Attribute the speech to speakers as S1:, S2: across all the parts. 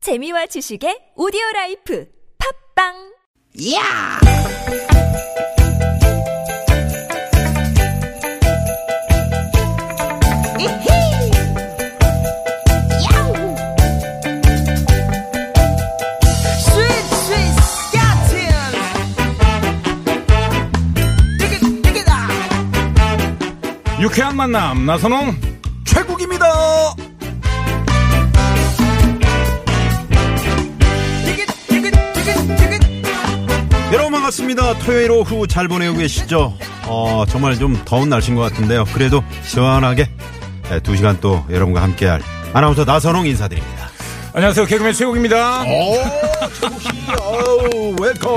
S1: 재미와 지식의 오디오 라이프 팝빵
S2: 야! 이히! 야우! 스윗, 스윗, 스카틴! 디귿, 디귿아!
S3: 유쾌한 만남 나선홍
S4: 최국입니다.
S2: 디귿, 디귿, 디귿, 디귿!
S4: 여러분 반갑습니다. 토요일 오후 잘 보내고 계시죠? 어, 정말 좀 더운 날씨인 것 같은데요. 그래도 시원하게 네, 두 시간 또 여러분과 함께할 아나운서 나선홍 인사드립니다.
S3: 안녕하세요 개그맨 최욱입니다
S4: 오, 최국씨, 웰컴.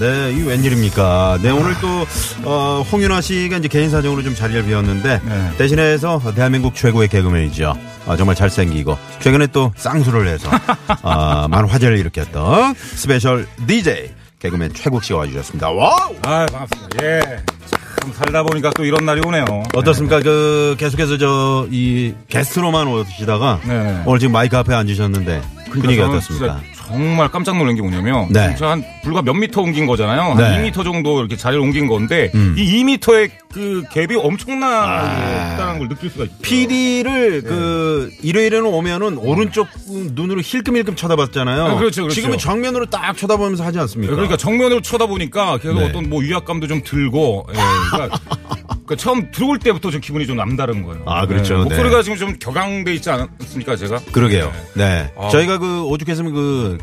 S4: 네, 이 웬일입니까? 네, 오늘 또, 어, 홍윤아 씨가 이제 개인 사정으로 좀 자리를 비웠는데,
S3: 네.
S4: 대신해서 대한민국 최고의 개그맨이죠. 아, 정말 잘생기고, 최근에 또 쌍수를 해서, 아, 많은 화제를 일으켰던 스페셜 DJ, 개그맨 최국 씨가 와주셨습니다. 와우!
S3: 아 반갑습니다 예참 살다 보니까 또 이런 날이 오네요
S4: 어떻습니까? 그, 계속해서 저, 이, 게스트로만 오시다가,
S3: 네. 그러니까
S4: 오늘 지금 마이크 앞에 앉으셨는데, 분위기가
S3: 저는
S4: 어떻습니까?
S3: 진짜 정말 깜짝 놀란 게 뭐냐면
S4: 네.
S3: 진짜 한 불과 몇 미터 옮긴 거잖아요
S4: 네. 음.
S3: 한 2미터 정도 이렇게 자리를 옮긴 건데 이 2미터의 그 갭이
S4: 아.
S3: 엄청나게 있다는 걸 느낄 수가 있어요
S4: PD를 그 일요일에는 오면은 오른쪽 눈으로 힐끔힐끔 예. 쳐다봤잖아요.
S3: 아, 그렇죠, 그렇죠.
S4: 지금은 정면으로 딱 쳐다보면서 하지 않습니까?
S3: 그러니까 정면으로 쳐다보니까 계속
S4: 네.
S3: 어떤 뭐 위압감도 좀 들고 예, 그러니까, 그러니까 처음 들어올 때부터 좀 기분이 좀 남다른 거예요
S4: 아, 그렇죠.
S3: 예,
S4: 네.
S3: 목소리가 지금 좀 격앙돼 있지 않습니까 제가
S4: 그러게요. 네.
S3: 아.
S4: 저희가 그 오죽했으면 그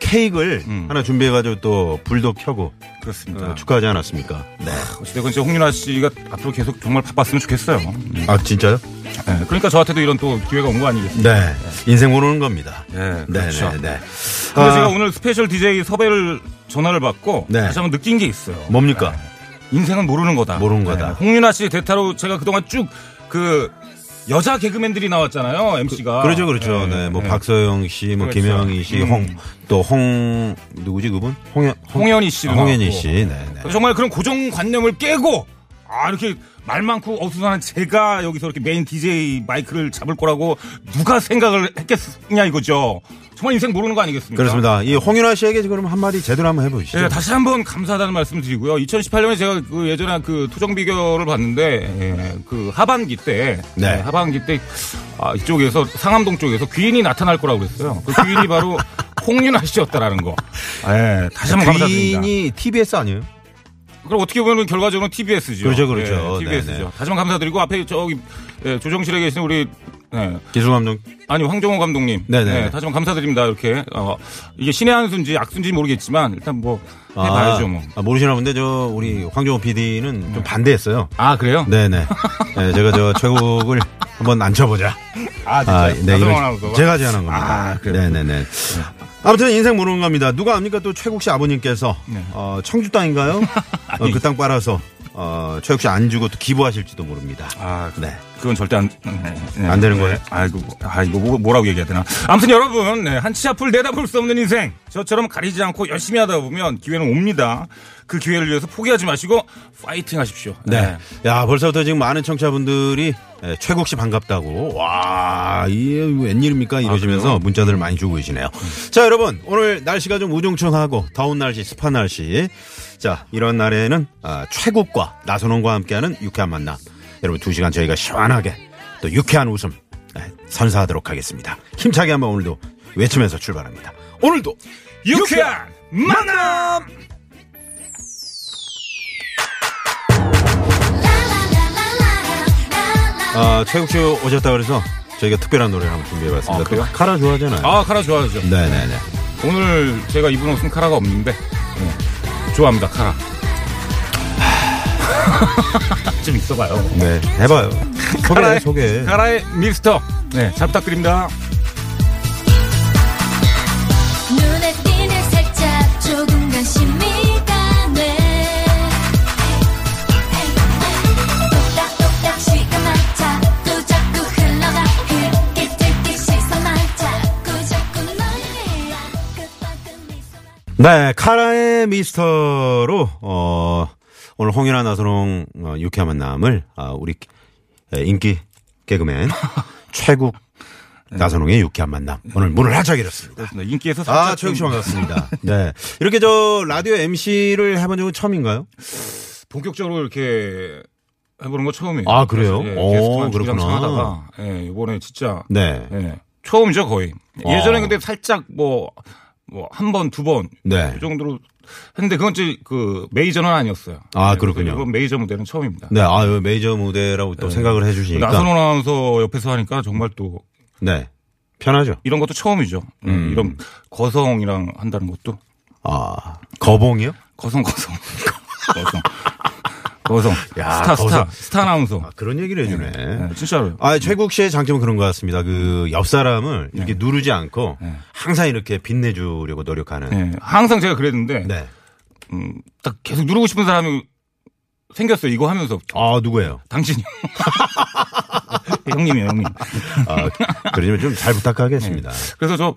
S4: 케이크를 하나 준비해가지고 또 불도 켜고
S3: 그렇습니다
S4: 어, 축하하지 않았습니까? 네.
S3: 어찌됐건 진짜 홍윤아 씨가 앞으로 계속 정말 바빴으면 좋겠어요. 음.
S4: 아 진짜요?
S3: 예, 그러니까 저한테도 이런 또 기회가 온 거 아니겠습니까?
S4: 네. 인생 모르는 겁니다.
S3: 예,
S4: 네,
S3: 그렇죠.
S4: 네, 네.
S3: 근데
S4: 아,
S3: 제가 오늘 스페셜 DJ 섭외를 전화를 받고
S4: 네.
S3: 다시 한번 느낀 게 있어요.
S4: 뭡니까?
S3: 인생은 모르는 거다.
S4: 모르는 거다.
S3: 예, 홍윤아 씨 대타로 제가 그동안 쭉 그 여자 개그맨들이 나왔잖아요. MC가.
S4: 그렇죠, 그렇죠. 네, 뭐 박서영 씨, 뭐
S3: 그렇죠.
S4: 김영희 씨,
S3: 음.
S4: 홍 또 홍 누구지 그분? 홍현
S3: 홍현희 씨도
S4: 아, 홍현희
S3: 나왔고.
S4: 씨. 네, 네.
S3: 정말 그런 고정관념을 깨고 아 이렇게 말 많고 어수선한 제가 여기서 이렇게 메인 DJ 마이크를 잡을 거라고 누가 생각을 했겠냐 이거죠. 정말 인생 모르는 거 아니겠습니까?
S4: 그렇습니다. 네. 이 홍윤아 씨에게 지금 한마디 제대로 한번 해보시죠.
S3: 예, 네. 다시 한번 감사하다는 말씀 드리고요. 2018년에 제가 그 예전에 그 토정 비교를 봤는데 예, 그 하반기 때
S4: 네.
S3: 예, 하반기 때 아, 이쪽에서 상암동 쪽에서 귀인이 나타날 거라고 그랬어요. 그 귀인이 바로 홍윤아 씨였다라는 거. 예, 다시 한번 감사드립니다.
S4: 네, 귀인이 TBS 아니에요?
S3: 그럼 어떻게 보면 결과적으로 TBS죠.
S4: 그렇죠, 그렇죠.
S3: 예, TBS죠.
S4: 네네.
S3: 다시 한번 감사드리고 앞에 저기 예, 조정실에 계신 우리 예,
S4: 기술감독.
S3: 아니 황정호 감독님.
S4: 네네.
S3: 예, 다시 한번 감사드립니다. 이렇게 어, 이게 신의 한 수인지 악 수인지 모르겠지만 일단 뭐 해봐야죠 뭐. 음.
S4: 아, 모르시나 본데 저 우리 황정호 PD는 좀 반대했어요.
S3: 아 그래요?
S4: 네네. 네, 제가 저 최국을 한번 앉혀보자.
S3: 아
S4: 아,
S3: 나선아나운서
S4: 이런- 제가 제안한 겁니다.
S3: 아, 그래요?
S4: 네네네. 아무튼 인생 모르는 겁니다. 누가 압니까? 또 최국 씨 아버님께서
S3: 네.
S4: 어, 청주 땅인가요? 그 땅 빨아서 어, 최국 씨 안 주고 또 기부하실지도 모릅니다.
S3: 아,
S4: 네.
S3: 그건 절대 안, 네, 네.
S4: 안 되는 거예요?
S3: 아, 이거, 아, 이거 뭐, 라고 얘기해야 되나. 아무튼 여러분, 네, 한치 앞을 내다볼 수 없는 인생. 저처럼 가리지 않고 열심히 하다 보면 기회는 옵니다. 그 기회를 위해서 포기하지 마시고 파이팅 하십시오.
S4: 네. 야, 벌써부터 지금 많은 청취자분들이 예, 최국 씨 반갑다고. 와, 이게 웬일입니까?
S3: 아,
S4: 이러시면서 문자들을 많이 주고 계시네요.
S3: 음.
S4: 자, 여러분. 오늘 날씨가 좀 우중충하고 더운 날씨, 습한 날씨. 자, 이런 날에는 아, 최국과 나선홍과 함께하는 유쾌한 만남. 여러분, 두 시간 저희가 시원하게 또 유쾌한 웃음 예, 선사하도록 하겠습니다. 힘차게 한번 오늘도 외치면서 출발합니다. 오늘도
S3: 유쾌한 만남!
S4: 아, 최국 씨 오셨다 그래서 저희가 특별한 노래를 한번 준비해봤습니다.
S3: 아, 그래요?
S4: 또 카라 좋아하잖아요.
S3: 아, 카라 좋아하죠.
S4: 네네네.
S3: 오늘 제가 입은 옷은 카라가 없는데, 네, 좋아합니다, 카라. 좀 있어봐요.
S4: 네, 해봐요. 소개, 소개.
S3: 카라의 미스터. 네, 잘 부탁드립니다.
S5: 눈에 띄는 살짝 조금 관심이 가네 똑딱똑딱 시간 많자 또 자꾸 흘러가 흘끼들끼 시선 많자 자꾸 자꾸 멀리 와 끝박은 미소만
S4: 네, 카라의 미스터로, 어, 오늘 홍윤아 나선홍 어, 유쾌한 만남을, 아, 우리 에, 인기 개그맨 예, 최국 나선홍의 유쾌한 만남. 오늘 문을 활짝 열었습니다.
S3: 그렇습니다. 인기에서 살짝
S4: 아, 최영 씨
S3: 좀
S4: 반갑습니다. 네. 이렇게 저 라디오 MC를 해본 적은 처음인가요?
S3: 본격적으로 이렇게 해보는 거 처음이에요.
S4: 아, 그래요?
S3: 예,
S4: 오,
S3: 게스트만 주구장창
S4: 그렇구나.
S3: 하다가 예, 이번에 진짜
S4: 네.
S3: 예, 처음이죠 거의.
S4: 와.
S3: 예전에 근데 살짝 뭐 뭐 한 번 두 번 이
S4: 네.
S3: 정도로 했는데 그건 이제 그 메이저는 아니었어요.
S4: 아,
S3: 예, 그래서
S4: 그렇군요.
S3: 이번 메이저 무대는 처음입니다.
S4: 네. 그러니까. 아, 요 메이저 무대라고 또 생각을 해 주시니까.
S3: 나선호 아나운서 옆에서 하니까 정말 또
S4: 네. 편하죠.
S3: 이런 것도 처음이죠. 예, 이런 거성이랑 한다는 것도
S4: 아, 거봉이요?
S3: 거성 거성 거성 거성
S4: 야,
S3: 스타
S4: 거성.
S3: 스타 스타 아나운서.
S4: 아, 그런 얘기를 해 주네.
S3: 예, 진짜로요.
S4: 아, 최국 씨의 장점은 그런 것 같습니다. 그 옆 사람을
S3: 네.
S4: 이렇게 누르지 않고 항상 이렇게 빛내주려고 노력하는.
S3: 예, 항상 제가 그랬는데
S4: 네.
S3: 음, 딱 계속 누르고 싶은 사람이 생겼어요. 이거 하면서
S4: 아, 누구예요?
S3: 당신이 형님이에요, 형님.
S4: 아, 그러면 좀 잘 부탁하겠습니다.
S3: 그래서 저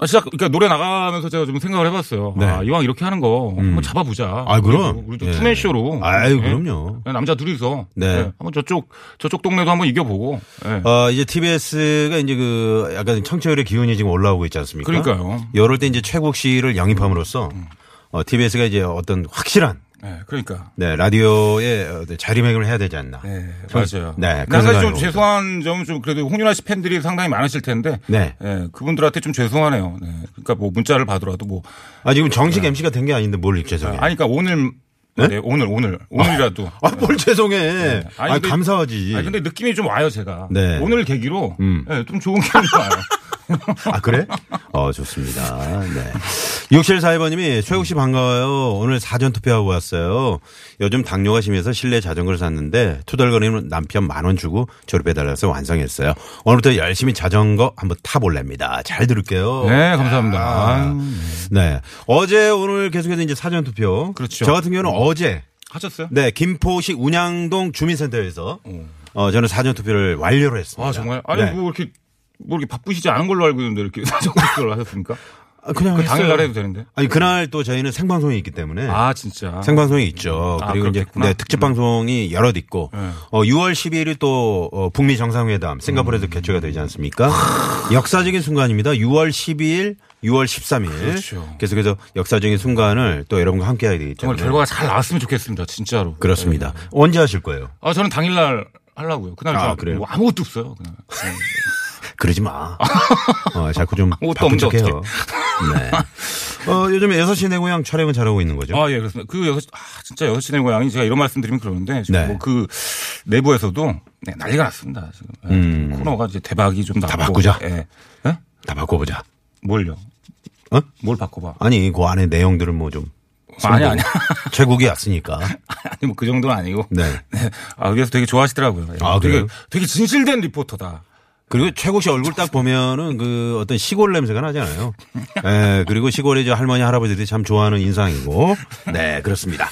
S3: 아, 시작 그러니까 노래 나가면서 제가 좀 생각을 해봤어요.
S4: 네. 음.
S3: 아, 이왕 이렇게 하는 거 한번 잡아보자.
S4: 아, 그럼.
S3: 우리, 우리
S4: 예.
S3: 투맨 쇼로. 예.
S4: 아유, 그럼요.
S3: 남자 둘이서
S4: 네.
S3: 예, 한번 저쪽 저쪽 동네도 한번 이겨보고. 예.
S4: 어, 이제 TBS가 이제 그 약간 청취율의 기운이 지금 올라오고 있지 않습니까?
S3: 그러니까요. 음,
S4: 이럴 때 이제 최국 씨를 영입함으로써 어, TBS가 이제 어떤 확실한
S3: 예, 그러니까.
S4: 네, 라디오에 어떤 자리매김을 해야 되지 않나.
S3: 네,
S4: 저-
S3: 맞아요.
S4: 네,
S3: 근데 한
S4: 그런
S3: 가지
S4: 생각이
S3: 좀
S4: 듭니다.
S3: 죄송한 점은 좀 그래도 홍윤아 씨 팬들이 상당히 많으실 텐데.
S4: 네.
S3: 예, 그분들한테 좀 죄송하네요. 네. 그러니까 뭐 문자를 받더라도 뭐.
S4: 아, 지금 정식 MC가 된 게 아닌데 뭘 죄송해.
S3: 네. 아니, 그러니까 오늘. 네? 오늘, 오늘. 오늘이라도.
S4: 아, 뭘 죄송해. 아니,
S3: 네. 근데-
S4: 감사하지.
S3: 아니, 근데 느낌이 좀 와요, 제가.
S4: 네.
S3: 오늘 계기로. 예, 좀 좋은 기분이 와요.
S4: 아, 그래? 어, 좋습니다. 네. 6742번님이 최욱 씨 반가워요. 오늘 사전 투표하고 왔어요. 요즘 당뇨가 심해서 실내 자전거를 샀는데 투덜거리는 남편 만 원 주고 조립해달라서 완성했어요. 오늘부터 열심히 자전거 한번 타볼랍니다. 잘 들을게요.
S3: 네, 감사합니다. 아유,
S4: 네. 어제 오늘 계속해서 이제 사전 투표.
S3: 그렇죠.
S4: 저 같은 경우는 어제
S3: 하셨어요?
S4: 네, 김포시 운양동 주민센터에서 어, 저는 사전 투표를 완료를 했습니다.
S3: 아, 정말? 아니,
S4: 네.
S3: 뭐 이렇게, 뭐 이렇게 바쁘시지 않은 걸로 알고 있는데 이렇게 사정을 하셨습니까?
S4: 아, 그냥
S3: 그
S4: 했어요.
S3: 당일날 해도 되는데.
S4: 아니 그날 또 저희는 생방송이 있기 때문에
S3: 아, 진짜.
S4: 네. 생방송이 있죠.
S3: 아,
S4: 그리고 이제
S3: 그렇겠구나. 네.
S4: 네, 특집 방송이 여럿 있고 어, 6월 12일 또 어, 북미 정상회담 싱가포르에서
S3: 음.
S4: 개최가 되지 않습니까? 역사적인 순간입니다. 6월 12일, 6월 13일
S3: 그렇죠.
S4: 계속해서 역사적인 순간을 또 여러분과 함께해야 되기
S3: 정말
S4: 때문에
S3: 결과가 네. 잘 나왔으면 좋겠습니다, 진짜로.
S4: 네. 그렇습니다. 언제 하실 거예요?
S3: 아, 저는 당일날 하려고요. 그날
S4: 아,
S3: 아,
S4: 그래요?
S3: 뭐 아무것도 없어요. 그냥.
S4: 그러지 마. 어, 자꾸 좀
S3: 옷도
S4: 바쁜
S3: 없는데
S4: 척해요. 네. 어, 요즘 6시 내 고향 촬영은 잘하고 있는 거죠?
S3: 아, 예, 그렇습니다. 그 여섯, 아, 진짜 여섯 시내 고향이 제가 이런 말씀 드리면 그러는데, 지금
S4: 네.
S3: 뭐그 내부에서도 네, 난리가 났습니다. 지금. 예,
S4: 음.
S3: 코너가 이제 대박이 좀 나고.
S4: 바꾸자.
S3: 예. 예?
S4: 다 바꿔보자.
S3: 뭘요?
S4: 어?
S3: 뭘 바꿔봐.
S4: 아니 그 안에 내용들을 뭐 좀.
S3: 아니, 아니.
S4: 최국이 왔으니까.
S3: 아니, 뭐 그 정도는 아니고.
S4: 네.
S3: 아, 그래서 되게 좋아하시더라고요. 예.
S4: 아,
S3: 되게,
S4: 그래요?
S3: 되게 진실된 리포터다.
S4: 그리고 최국 씨 얼굴 딱 보면은 그 어떤 시골 냄새가 나잖아요. 예, 그리고 시골의 저 할머니 할아버지들이 참 좋아하는 인상이고. 네, 그렇습니다.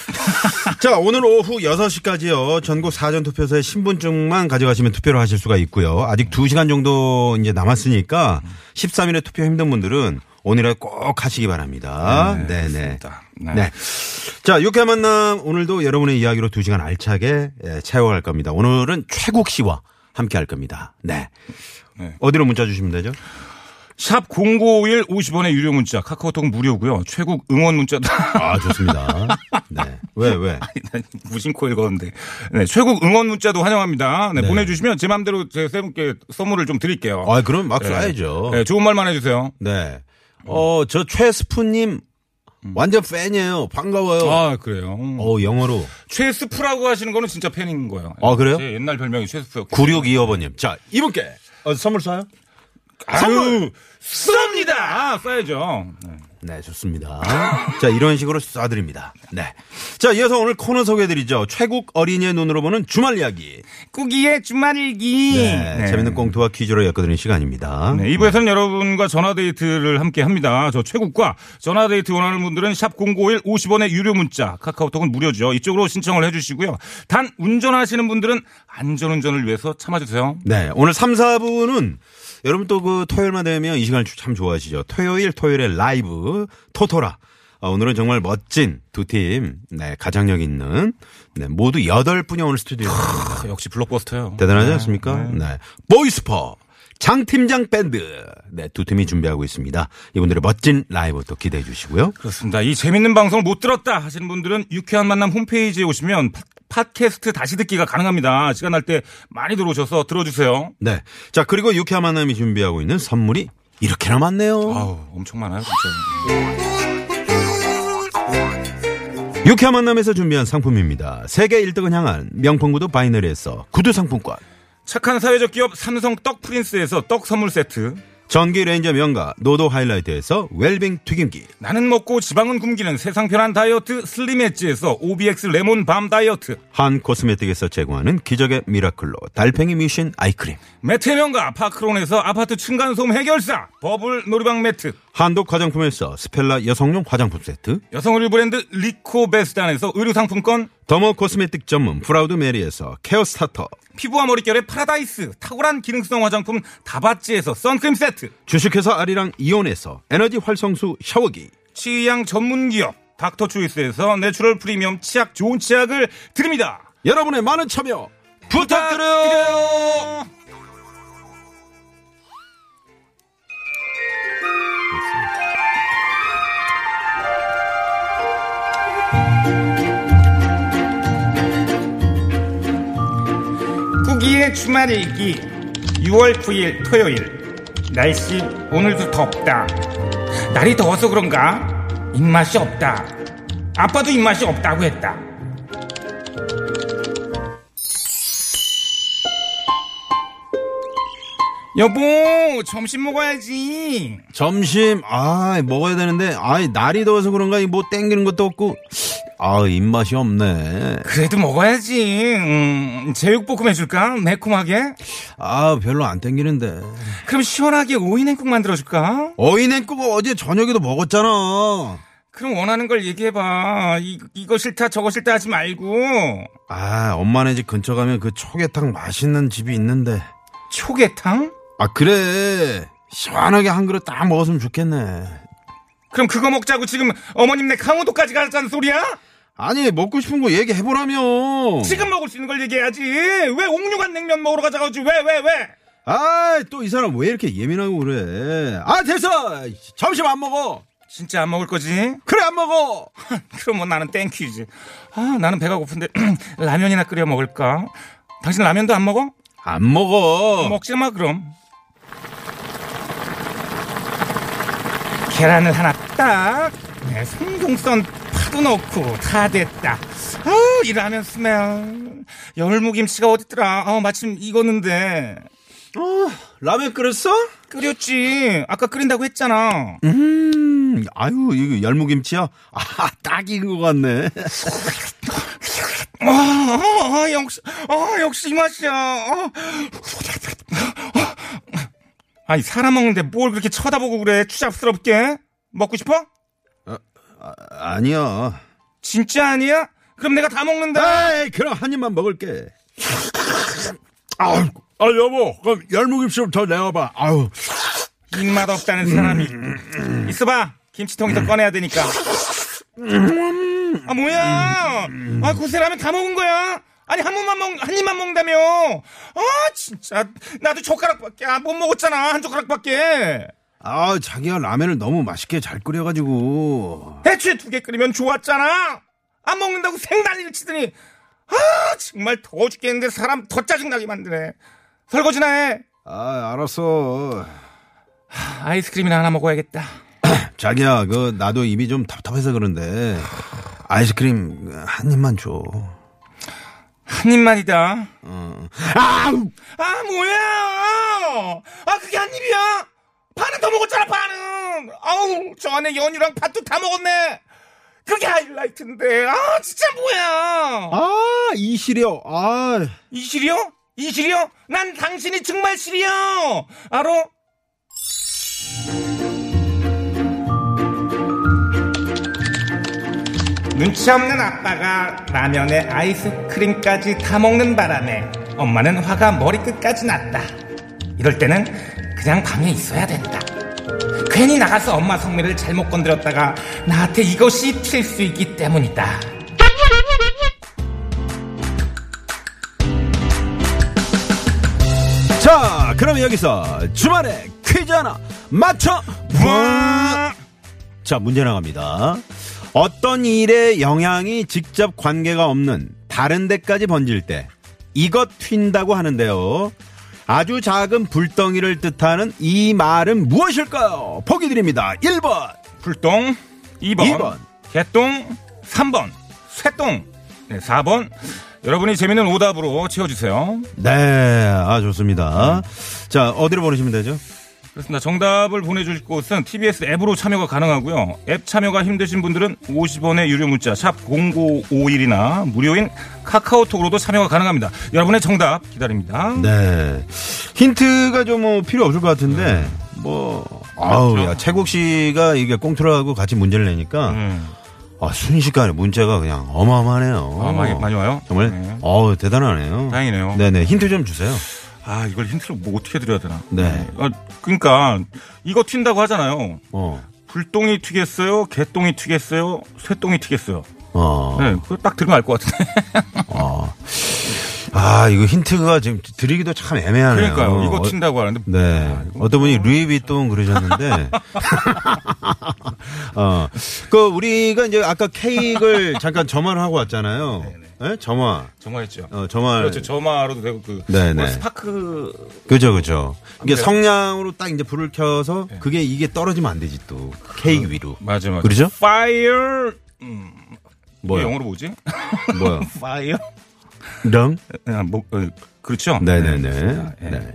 S4: 자, 오늘 오후 6시까지요. 전국 사전 투표소에 신분증만 가져가시면 투표를 하실 수가 있고요. 아직 2시간 정도 이제 남았으니까 13일에 투표 힘든 분들은 오늘이라도 꼭 하시기 바랍니다. 네, 네.
S3: 그렇습니다.
S4: 네.
S3: 네.
S4: 자, 육회 만남 오늘도 여러분의 이야기로 두 시간 알차게 예, 채워갈 겁니다. 오늘은 최국 씨와 함께 할 겁니다. 네.
S3: 네.
S4: 어디로 문자 주시면 되죠?
S3: 샵 0951 50원의 유료 문자, 카카오톡 무료고요 최국 응원 문자도.
S4: 아, 좋습니다. 네. 왜, 왜?
S3: 난 무심코 읽었는데. 네, 최국 응원 문자도 환영합니다. 네, 보내주시면 제 마음대로 제 세 분께 선물을 좀 드릴게요.
S4: 아, 그럼 막
S3: 네.
S4: 쏴야죠.
S3: 네, 좋은 말만 해주세요.
S4: 네. 어, 저 최스프님 완전 팬이에요. 반가워요.
S3: 음. 아, 그래요.
S4: 어, 영어로.
S3: 최스프라고 하시는 거는 진짜 팬인 거예요.
S4: 아, 그래요?
S3: 제 옛날 별명이 최스프였고.
S4: 9625번님. 자, 이분께 어, 선물 쏴요? 선물!
S3: 쏩니다! 아, 쏴야죠. 네.
S4: 네, 좋습니다. 자, 이런 식으로 쏴드립니다. 네. 자, 이어서 오늘 코너 소개해드리죠. 최국 어린이의 눈으로 보는 주말 이야기.
S3: 꾸기의 주말일기.
S4: 네,
S3: 네.
S4: 재밌는 꽁트와 퀴즈로 엮어드리는 시간입니다.
S3: 네, 2부에서는 여러분과 전화데이트를 함께 합니다. 저 최국과 전화데이트 원하는 분들은 샵0951 50원의 유료 문자, 카카오톡은 무료죠. 이쪽으로 신청을 해주시고요. 단, 운전하시는 분들은 안전운전을 위해서 참아주세요.
S4: 네, 오늘 3, 4부는 여러분 또 그 토요일만 되면 이 시간 참 좋아하시죠. 토요일, 토요일에 라이브, 토토라. 아, 오늘은 정말 멋진 두 팀, 네, 가장력 있는, 네, 모두 8분이 오늘 스튜디오에
S3: 크, 역시 아, 블록버스터요.
S4: 대단하지 않습니까? 네. 보이스퍼, 장팀장 밴드. 네, 두 팀이 준비하고 있습니다. 이분들의 멋진 라이브 또 기대해 주시고요.
S3: 그렇습니다. 이 재밌는 방송을 못 들었다 하시는 분들은 유쾌한 만남 홈페이지에 오시면 팟- 팟캐스트 다시 듣기가 가능합니다. 시간 날 때 많이 들어오셔서 들어주세요.
S4: 네. 자, 그리고 유쾌한 만남이 준비하고 있는 선물이 이렇게나 많네요.
S3: 아우 엄청 많아요 진짜.
S4: 유쾌한 만남에서 준비한 상품입니다. 세계 1등을 향한 명품 구두 바이너리에서 구두 상품권.
S3: 착한 사회적 기업 삼성 떡 프린스에서 떡 선물 세트.
S4: 전기 레인저 명가 노도 하이라이트에서 웰빙 튀김기.
S3: 나는 먹고 지방은 굶기는 세상 편한 다이어트 슬림 엣지에서 OBX 레몬 밤 다이어트.
S4: 한 코스메틱에서 제공하는 기적의 미라클로 달팽이 뮤신 아이크림.
S3: 매트의 명가 파크론에서 아파트 층간소음 해결사 버블 놀이방 매트.
S4: 한독 화장품에서 스펠라 여성용 화장품 세트.
S3: 여성 의류 브랜드 리코베스단에서 의류 상품권.
S4: 더머 코스메틱 전문 프라우드 메리에서 케어 스타터.
S3: 피부와 머릿결의 파라다이스 탁월한 기능성 화장품 다바찌에서 선크림 세트.
S4: 주식회사 아리랑 이온에서 에너지 활성수 샤워기.
S3: 치약 전문 기업 닥터 초이스에서 내추럴 프리미엄 치약 좋은 치약을 드립니다.
S4: 여러분의 많은 참여
S3: 부탁드려요. 구기의 주말 일기 6월 9일 토요일 날씨 오늘도 덥다 날이 더워서 그런가 입맛이 없다 아빠도 입맛이 없다고 했다 여보 점심 먹어야지
S4: 점심 아 먹어야 되는데 아 날이 더워서 그런가 이뭐 땡기는 것도 없고 아 입맛이 없네
S3: 그래도 먹어야지 음, 제육볶음 해줄까 매콤하게
S4: 아 별로 안 땡기는데
S3: 그럼 시원하게 오이냉국 만들어줄까
S4: 어이냉국 어제 저녁에도 먹었잖아
S3: 그럼 원하는 걸 얘기해봐 이, 이거 싫다 저거 싫다 하지 말고
S4: 아 엄마네 집 근처 가면 그 초계탕 맛있는 집이 있는데
S3: 초계탕?
S4: 아 그래 시원하게 한 그릇 딱 먹었으면 좋겠네
S3: 그럼 그거 먹자고 지금 어머님네 강호도까지 가자는 소리야?
S4: 아니 먹고 싶은 거 얘기해보라며
S3: 지금 먹을 수 있는 걸 얘기해야지. 왜 옥류관 냉면 먹으러 가자고 하지? 왜, 왜, 왜?
S4: 아또 이 사람 왜 이렇게 예민하고 그래 아 됐어 점심 안 먹어
S3: 진짜 안 먹을 거지?
S4: 그래 안 먹어
S3: 그럼 뭐 나는 땡큐지. 아, 나는 배가 고픈데 라면이나 끓여 먹을까? 당신 라면도 안 먹어?
S4: 안 먹어
S3: 먹지 마 그럼. 계란을 하나 딱, 네, 생동선 파도 넣고 다 됐다. 아우 이 라면 스멜. 열무김치가 어딨더라? 아 마침 익었는데
S4: 어, 라면 끓였어?
S3: 끓였지. 아까 끓인다고 했잖아.
S4: 음 아유 이거 열무김치야 아 딱인 것 같네
S3: 아, 아, 아, 역시, 아, 역시 이 맛이야. 아. 아니 사람 먹는데 뭘 그렇게 쳐다보고 그래? 추잡스럽게 먹고 싶어?
S4: 아니야
S3: 진짜 아니야? 그럼 내가 다 먹는다.
S4: 에이 그럼 한 입만 먹을게 아유, 아 여보 그럼 열무김치를 더 내어봐 아유
S3: 입맛 없다는 사람이 있어봐 김치통에서 꺼내야 되니까 아 뭐야 아 고세라면 다 먹은 거야 아니 한 번만 먹한 입만 먹는다며 아 진짜 나도 젓가락밖에 안- 못 먹었잖아 한 젓가락밖에
S4: 아 자기야 라면을 너무 맛있게 잘 끓여가지고
S3: 대추에 두 개 끓이면 좋았잖아 안 먹는다고 생난리를 치더니 아 정말 더워 죽겠는데 사람 더 짜증나게 만드네 설거지나 해
S4: 아 알았어
S3: 아이스크림이나 하나 먹어야겠다
S4: 자기야 그 나도 입이 좀 답답해서 그런데 아이스크림 한 입만 줘
S3: 한 입만이다
S4: 어. 아우
S3: 아 뭐야 아 그게 한 입이야 반은 더 먹었잖아 반은 아우 저 안에 연유랑 팥도 다 먹었네 그게 하이라이트인데 아 진짜 뭐야
S4: 아이 시려 아
S3: 이 실이요? 이 실이요? 난 당신이 정말 실이요 알어? 눈치 없는 아빠가 라면에 아이스크림까지 다 먹는 바람에 엄마는 화가 머리끝까지 났다. 이럴 때는 그냥 방에 있어야 된다. 괜히 나가서 엄마 성미를 잘못 건드렸다가 나한테 이것이 튈 수 있기 때문이다.
S4: 자, 그럼 여기서 주말에 퀴즈 하나 맞춰 봐. 자, 문제 나갑니다. 어떤 일에 영향이 직접 관계가 없는 다른 데까지 번질 때 이것 튄다고 하는데요. 아주 작은 불덩이를 뜻하는 이 말은 무엇일까요? 보기 드립니다. 1번.
S3: 풀똥 2번,
S4: 이 번.
S3: 개똥 3번 쇠똥 네, 4번 여러분이 재밌는 오답으로 채워주세요.
S4: 네, 아, 좋습니다. 자, 어디로 보내시면 되죠?
S3: 그렇습니다. 정답을 보내주실 곳은 TBS 앱으로 참여가 가능하고요. 앱 참여가 힘드신 분들은 50원의 유료 문자 샵 0951이나 무료인 카카오톡으로도 참여가 가능합니다. 여러분의 정답 기다립니다.
S4: 네. 힌트가 좀 뭐 필요 없을 것 같은데, 뭐, 아우, 야, 최국 씨가 이게 꽁트라고 같이 문제를 내니까,
S3: 그렇죠. 음.
S4: 아, 순식간에 문제가 그냥 어마어마하네요.
S3: 아, 많이, 많이 와요?
S4: 정말,
S3: 네.
S4: 어우, 대단하네요.
S3: 다행이네요.
S4: 네네, 힌트 좀 주세요.
S3: 아, 이걸 힌트를 뭐 어떻게 드려야 되나?
S4: 네.
S3: 아, 그러니까 이거 튄다고 하잖아요.
S4: 어,
S3: 불똥이 튀겠어요? 개똥이 튀겠어요? 쇠똥이 튀겠어요?
S4: 어,
S3: 네, 그거 딱 들으면 알 것 같은데.
S4: 어. 아, 이거 힌트가 지금 드리기도 참 애매하네요.
S3: 그러니까요. 이거
S4: 어,
S3: 튄다고 하는데.
S4: 네.
S3: 아, 이거
S4: 어떤 분이 루이비통 그러셨는데, 어, 그, 우리가 이제 아까 케이크를 잠깐 점화를 하고 왔잖아요. 예? 점화.
S3: 정화했죠.
S4: 어, 점화.
S3: 네, 그렇죠. 저마로도 되고 그
S4: 네, 네.
S3: 스파크
S4: 그죠, 그죠. 이게
S3: 네.
S4: 성냥으로 딱 이제 불을 켜서 그게 이게 떨어지면 안 되지 또.
S3: 어,
S4: 케이크 위로.
S3: 맞아 맞아.
S4: 그러죠?
S3: Fire 음, 이게
S4: 뭐요?
S3: 영어로 뭐지?
S4: 뭐요?
S3: Fire.
S4: 렁?
S3: 아, 뭐 어, 그렇죠.
S4: 네네네. 네.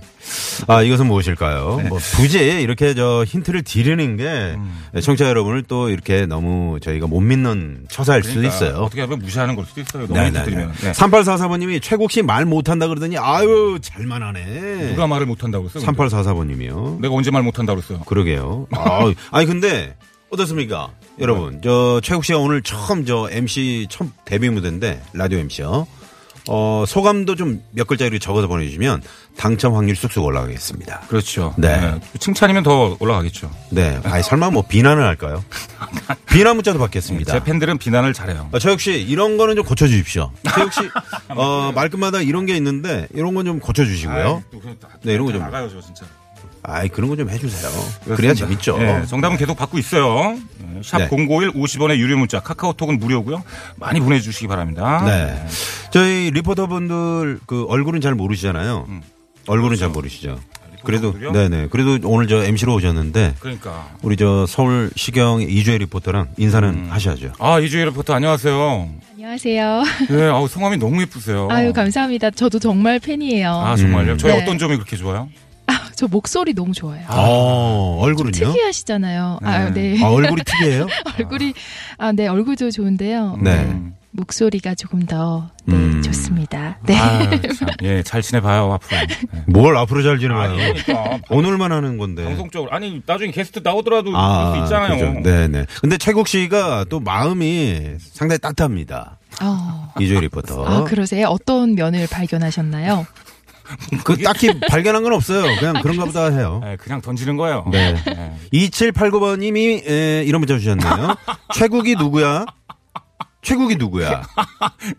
S4: 아, 이것은 무엇일까요?
S3: 네.
S4: 뭐, 부재 이렇게 저 힌트를 드리는 게
S3: 음.
S4: 청취자 여러분을 또 이렇게 너무 저희가 못 믿는 처사일 수도
S3: 그러니까
S4: 있어요.
S3: 어떻게 하면 무시하는 걸 수도 있어요. 너무
S4: 네네네.
S3: 힘들면. 네.
S4: 3844번님이 최국 씨 말 못한다 그러더니 아유, 잘만 하네.
S3: 누가 네. 말을 못한다고 그랬어?
S4: 3844번님이요.
S3: 내가 언제 말 못한다고 그랬어요?
S4: 그러게요.
S3: 네.
S4: 아, 아니 근데 어떻습니까? 여러분, 저 최국 씨가 오늘 처음 저 MC 첫 데뷔 무대인데 라디오 MC요. 어, 소감도 좀 몇 글자리로 적어서 보내주시면 당첨 확률 쑥쑥 올라가겠습니다.
S3: 그렇죠.
S4: 네.
S3: 칭찬이면 더 올라가겠죠.
S4: 네. 아니 설마 뭐 비난을 할까요? 비난 문자도 받겠습니다.
S3: 네, 제 팬들은 비난을 잘해요.
S4: 아, 최욱 씨 이런 거는 좀 고쳐주십시오. 최욱 씨 어, 말끝마다 이런 게 있는데 이런 건 좀 고쳐주시고요.
S3: 아, 네. 아이, 또 그냥 다-
S4: 네, 이런 거
S3: 다
S4: 좀-
S3: 나가요, 저 진짜.
S4: 아이 그런 거 좀 해주세요. 그래야 재밌죠.
S3: 네, 정답은 계속 받고 있어요. 네, 샵
S4: 네.
S3: 051 50원의 유료 문자, 카카오톡은 무료고요. 많이 보내주시기 바랍니다.
S4: 네. 저희 리포터분들 그 얼굴은 잘 모르시잖아요. 얼굴은 잘 모르시죠. 그래도
S3: 음. 그렇죠. 아, 리포터분들이요?
S4: 네네. 그래도 오늘 저 MC로 오셨는데
S3: 그러니까.
S4: 우리 저 서울 시경 이주혜 리포터랑 인사는 하셔야죠.
S3: 아, 이주희 리포터 안녕하세요.
S6: 안녕하세요.
S3: 예, 아우, 성함이 너무
S4: 어.
S3: 예쁘세요.
S6: 아유 감사합니다. 저도 정말 팬이에요.
S3: 아,
S4: 음.
S3: 정말요? 저희
S6: 네.
S3: 어떤 점이 그렇게 좋아요?
S6: 아, 저 목소리 너무 좋아요.
S4: 어, 얼굴은요?
S6: 특이하시잖아요. 아, 네.
S4: 아, 얼굴이 특이해요?
S6: 얼굴이 아, 네, 얼굴도 좋은데요.
S4: 네.
S3: 음.
S6: 목소리가 조금 더 네,
S4: 음.
S6: 좋습니다. 네.
S3: 아유, 참. 예, 잘 지내봐요, 앞으로. 네.
S4: 뭘 앞으로 잘 지내봐요.
S3: 그러니까.
S4: 오늘만 하는 건데. 아,
S3: 방송적으로. 아니, 나중에 게스트 나오더라도 그럴 수
S4: 그죠.
S3: 있잖아요.
S4: 네네. 근데 최국 씨가 또 마음이 상당히 따뜻합니다.
S6: 어.
S4: 이주혜 리포터.
S6: 아 그러세요? 어떤 면을 발견하셨나요?
S4: 그 딱히 발견한 건 없어요. 그냥 그런가 보다 해요.
S3: 네, 그냥 던지는 거예요.
S4: 네. 2789번님이 예, 이런 문자 주셨네요. 최국이 누구야? 최국이 누구야?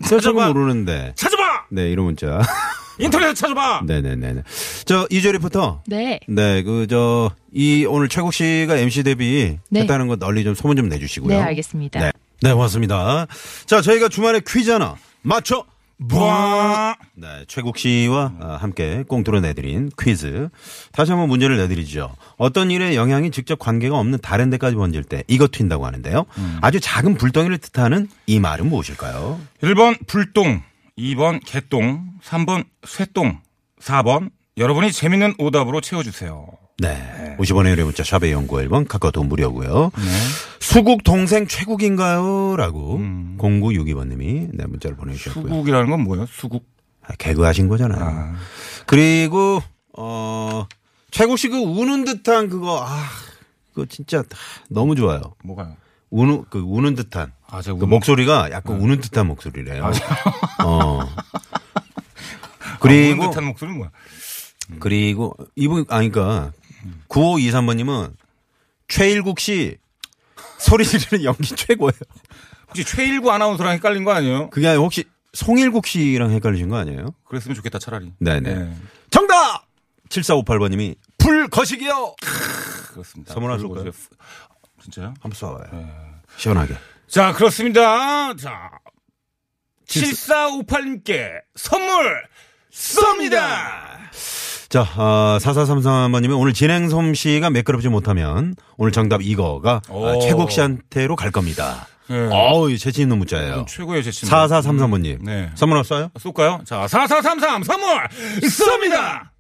S4: 저잘 모르는데.
S3: 찾아봐!
S4: 네, 이런 문자.
S3: 인터넷에 찾아봐!
S4: 네네네네. 저 이주혜 리포터.
S6: 네.
S4: 네, 그, 저, 이, 오늘 최국 씨가 MC 데뷔
S6: 네.
S4: 했다는 거 널리 좀 소문 좀 내주시고요.
S6: 네 알겠습니다.
S4: 네. 네, 고맙습니다. 자, 저희가 주말에 퀴즈 하나 맞춰
S3: 뭐?
S4: 네, 최국 씨와 아, 함께 꽁트로 내드린 퀴즈. 다시 한번 문제를 내드리죠. 어떤 일에 영향이 직접 관계가 없는 다른 데까지 번질 때 이거 튄다고 하는데요. 아주 작은 불덩이를 뜻하는 이 말은 무엇일까요?
S3: 1번 불똥, 2번 개똥, 3번 쇠똥, 4번 여러분이 재밌는 오답으로 채워주세요.
S4: 네. 50원의 유료 문자 샵의 연구 1번 카카오톡 무료고요. 수국 동생 최국인가요? 라고 0962번님이 네, 문자를 보내주셨고요.
S3: 수국이라는 건 뭐예요? 수국.
S4: 아, 개그하신 거잖아요. 그리고 어 최국 씨그 우는 듯한 그거 아 그거 진짜 아, 너무 좋아요.
S3: 뭐가요?
S4: 우는 그 우는 듯한
S3: 아, 제가
S4: 그
S3: 우는- 네.
S4: 목소리가 약간 우는 듯한 목소리래요. 어. 그리고
S3: 아, 우는 듯한 목소리는 뭐야?
S4: 그리고 이분 아니 그러니까 9523번님은 최일국 씨 소리 지르는 연기 최고예요.
S3: 혹시 최일구 아나운서랑 헷갈린 거 아니에요?
S4: 그게 아니고 혹시 송일국 씨랑 헷갈리신 거 아니에요?
S3: 그랬으면 좋겠다 차라리.
S4: 네네.
S3: 네.
S4: 정답! 7458번님이 불 거시기요.
S3: 그렇습니다.
S4: 선물하실까요?
S3: 그리고 이제- 진짜요?
S4: 한번 쏴봐요.
S3: 네.
S4: 시원하게.
S3: 자, 그렇습니다. 자, 7458님께 선물 쏩니다!
S4: 자, 아, 4433번님이 오늘 진행 솜씨가 매끄럽지 못하면 오늘 정답 이거가 아,
S3: 오.
S4: 최국 씨한테로 갈 겁니다.
S3: 예.
S4: 어우, 재치 있는 문자예요.
S3: 최고의 제친.
S4: 4433번님.
S3: 네.
S4: 선물 없어요?
S3: 쏠까요? 자, 4433 선물 쏩니다!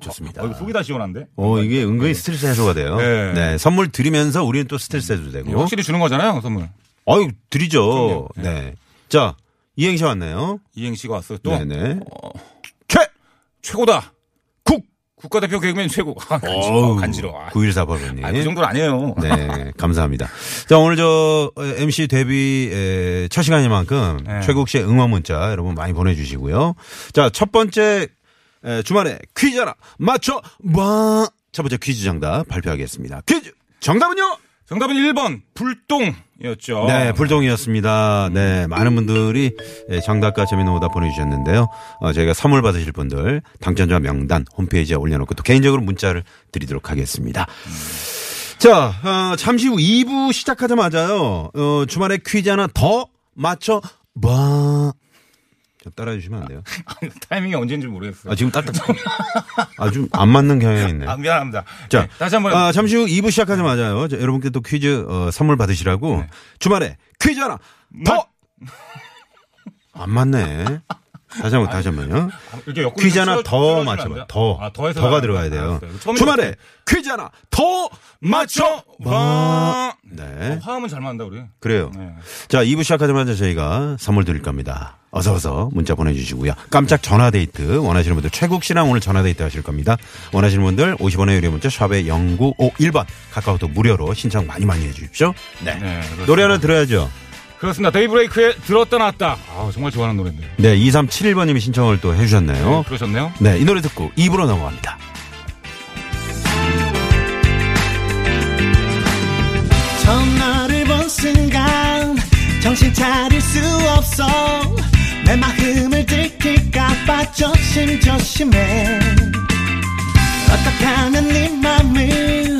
S4: 좋습니다.
S3: 어, 이거 속이 다 시원한데?
S4: 어, 이게 은근히 스트레스 해소가 돼요.
S3: 네. 음,
S4: 네. 선물 드리면서 우리는 또 스트레스 해소되고.
S3: 확실히 주는 거잖아요, 선물.
S4: 아유, 드리죠. 네. 자, 이행시 왔네요.
S3: 이행씨가 왔어요, 또.
S4: 네네.
S3: 최! 최고다! 국! 국가대표 개그맨 최고. 아, 간지러워, 간지러워. 아,
S4: 9148번님.
S3: 아, 그 정도는 아니에요.
S4: 네, 감사합니다. 자, 오늘 저 에, MC 데뷔 에, 첫 시간이만큼
S3: 네.
S4: 최국 씨의 응원 문자 여러분 많이 보내주시고요. 자, 첫 번째 에, 주말에 퀴즈 하나 맞춰 봐. 첫 번째 퀴즈 정답 발표하겠습니다. 퀴즈 정답은요?
S3: 정답은 1번, 불똥이었죠.
S4: 네, 불종이었습니다. 네, 많은 분들이 예, 정답과 재미있는 오답 보내주셨는데요. 어, 저희가 선물 받으실 분들 당첨자 명단 홈페이지에 올려놓고 또 개인적으로 문자를 드리도록 하겠습니다. 자, 어, 잠시 후 2부 시작하자마자요. 어, 주말에 퀴즈 하나 더 맞춰 봐. 저 따라해주시면 안 돼요?
S3: 타이밍이 언제인지 모르겠어요.
S4: 아, 지금 딱딱. 아, 좀 안 맞는 경향이 있네.
S3: 아, 미안합니다.
S4: 자,
S3: 네, 다시 한 번.
S4: 아, 잠시 후 2부 시작하자마자요. 저, 여러분께 또 퀴즈 어, 선물 받으시라고
S3: 네.
S4: 주말에 퀴즈 하나 더! 안 맞네. 다시 한 번, 다시 한 번요.
S3: 이렇게 옆구리
S4: 퀴즈
S3: 좀
S4: 하나
S3: 쓸어-
S4: 더
S3: 쓸어주면 안
S4: 맞춰봐.
S3: 돼요?
S4: 더.
S3: 아, 더해서
S4: 더가
S3: 나가는
S4: 들어가야
S3: 거예요?
S4: 돼요.
S3: 알았어요. 처음에 아, 그
S4: 주말에 퀴즈 하나 더 맞춰!
S3: 맞춰봐.
S4: 네.
S3: 어, 화음은 잘 맞는다 우리.
S4: 그래요.
S3: 네.
S4: 자, 2부 시작하자마자 저희가 선물 드릴 겁니다. 어서어서 문자 보내주시고요. 깜짝 전화데이트 원하시는 분들 최국 씨랑 오늘 전화데이트 하실 겁니다. 원하시는 분들 50원의 유료 문자 샵에 0951번 카카오톡 무료로 신청 많이 많이 해주십시오. 네.
S3: 네, 그렇습니다.
S4: 노래 하나 들어야죠.
S3: 그렇습니다. 데이브레이크의 들었다 놨다. 아 정말 좋아하는 노래인데요.
S4: 네. 2371번님이 신청을 또 해주셨네요.
S3: 그러셨네요.
S4: 네. 이 노래 듣고 2부로 넘어갑니다.
S2: 처음 너를 본 순간 정신 차릴 수 없어 내 마음을 들킬까봐 조심조심해 어떻게 하면 네 맘을